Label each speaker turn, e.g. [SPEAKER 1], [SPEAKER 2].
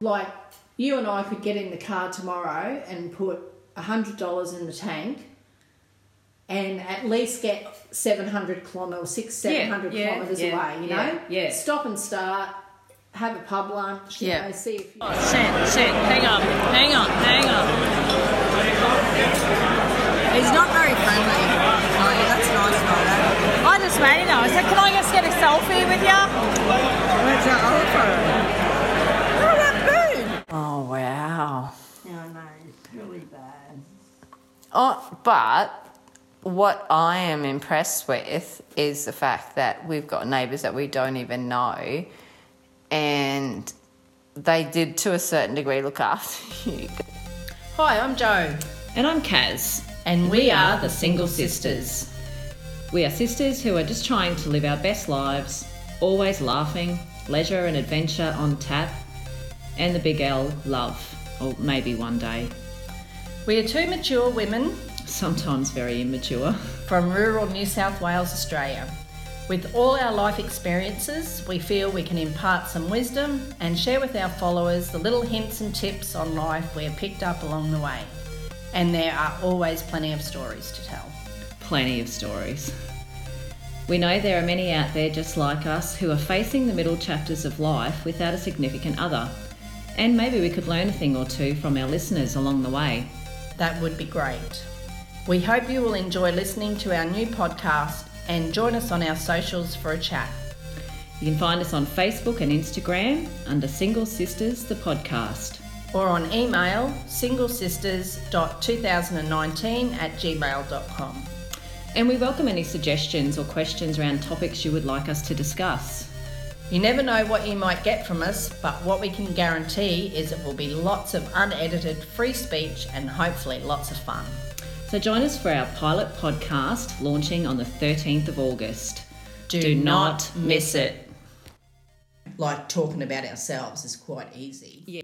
[SPEAKER 1] Like, you and I could get in the car tomorrow and put $100 in the tank and at least get 700 kilometres, six,
[SPEAKER 2] Yeah,
[SPEAKER 1] 700
[SPEAKER 2] yeah,
[SPEAKER 1] kilometres
[SPEAKER 2] yeah,
[SPEAKER 1] away, you
[SPEAKER 2] yeah,
[SPEAKER 1] know?
[SPEAKER 2] yeah.
[SPEAKER 1] Stop and start, have a pub lunch, you
[SPEAKER 2] Yeah.
[SPEAKER 1] know, see if you.
[SPEAKER 3] Shit, shit, hang on, hang on, hang on.
[SPEAKER 4] He's not very friendly. Oh, yeah, that's nice, though.
[SPEAKER 3] I just made it. I said, can I just get a selfie with you?
[SPEAKER 4] Where's your other phone? Look at that boob!
[SPEAKER 2] Oh wow.
[SPEAKER 4] Yeah, I know. It's really bad.
[SPEAKER 2] Oh, but what I am impressed with is the fact that we've got neighbours that we don't even know, and they did to a certain degree look after you.
[SPEAKER 3] Hi, I'm Joe. And I'm Kaz. And we are the Single Sisters. We are sisters who are just trying to live our best lives, always laughing, leisure and adventure on tap, and the big L, love, or maybe one day.
[SPEAKER 5] We are two mature women
[SPEAKER 3] Sometimes very immature.
[SPEAKER 5] from rural New South Wales, Australia. With all our life experiences, we feel we can impart some wisdom and share with our followers the little hints and tips on life we have picked up along the way. And there are always plenty of stories to tell.
[SPEAKER 3] plenty of stories. We know there are many out there just like us who are facing the middle chapters of life without a significant other, and maybe we could learn a thing or two from our listeners along the way.
[SPEAKER 5] That would be great. We hope you will enjoy listening to our new podcast and join us on our socials for a chat.
[SPEAKER 3] You can find us on Facebook and Instagram under Single Sisters the Podcast.
[SPEAKER 5] or on email singlesisters.2019 at gmail.com.
[SPEAKER 3] And we welcome any suggestions or questions around topics you would like us to discuss.
[SPEAKER 5] You never know what you might get from us, but what we can guarantee is it will be lots of unedited free speech and hopefully lots of fun.
[SPEAKER 3] So join us for our pilot podcast launching on the 13th of August.
[SPEAKER 5] Do
[SPEAKER 3] not miss it.
[SPEAKER 5] Like talking about ourselves is quite easy.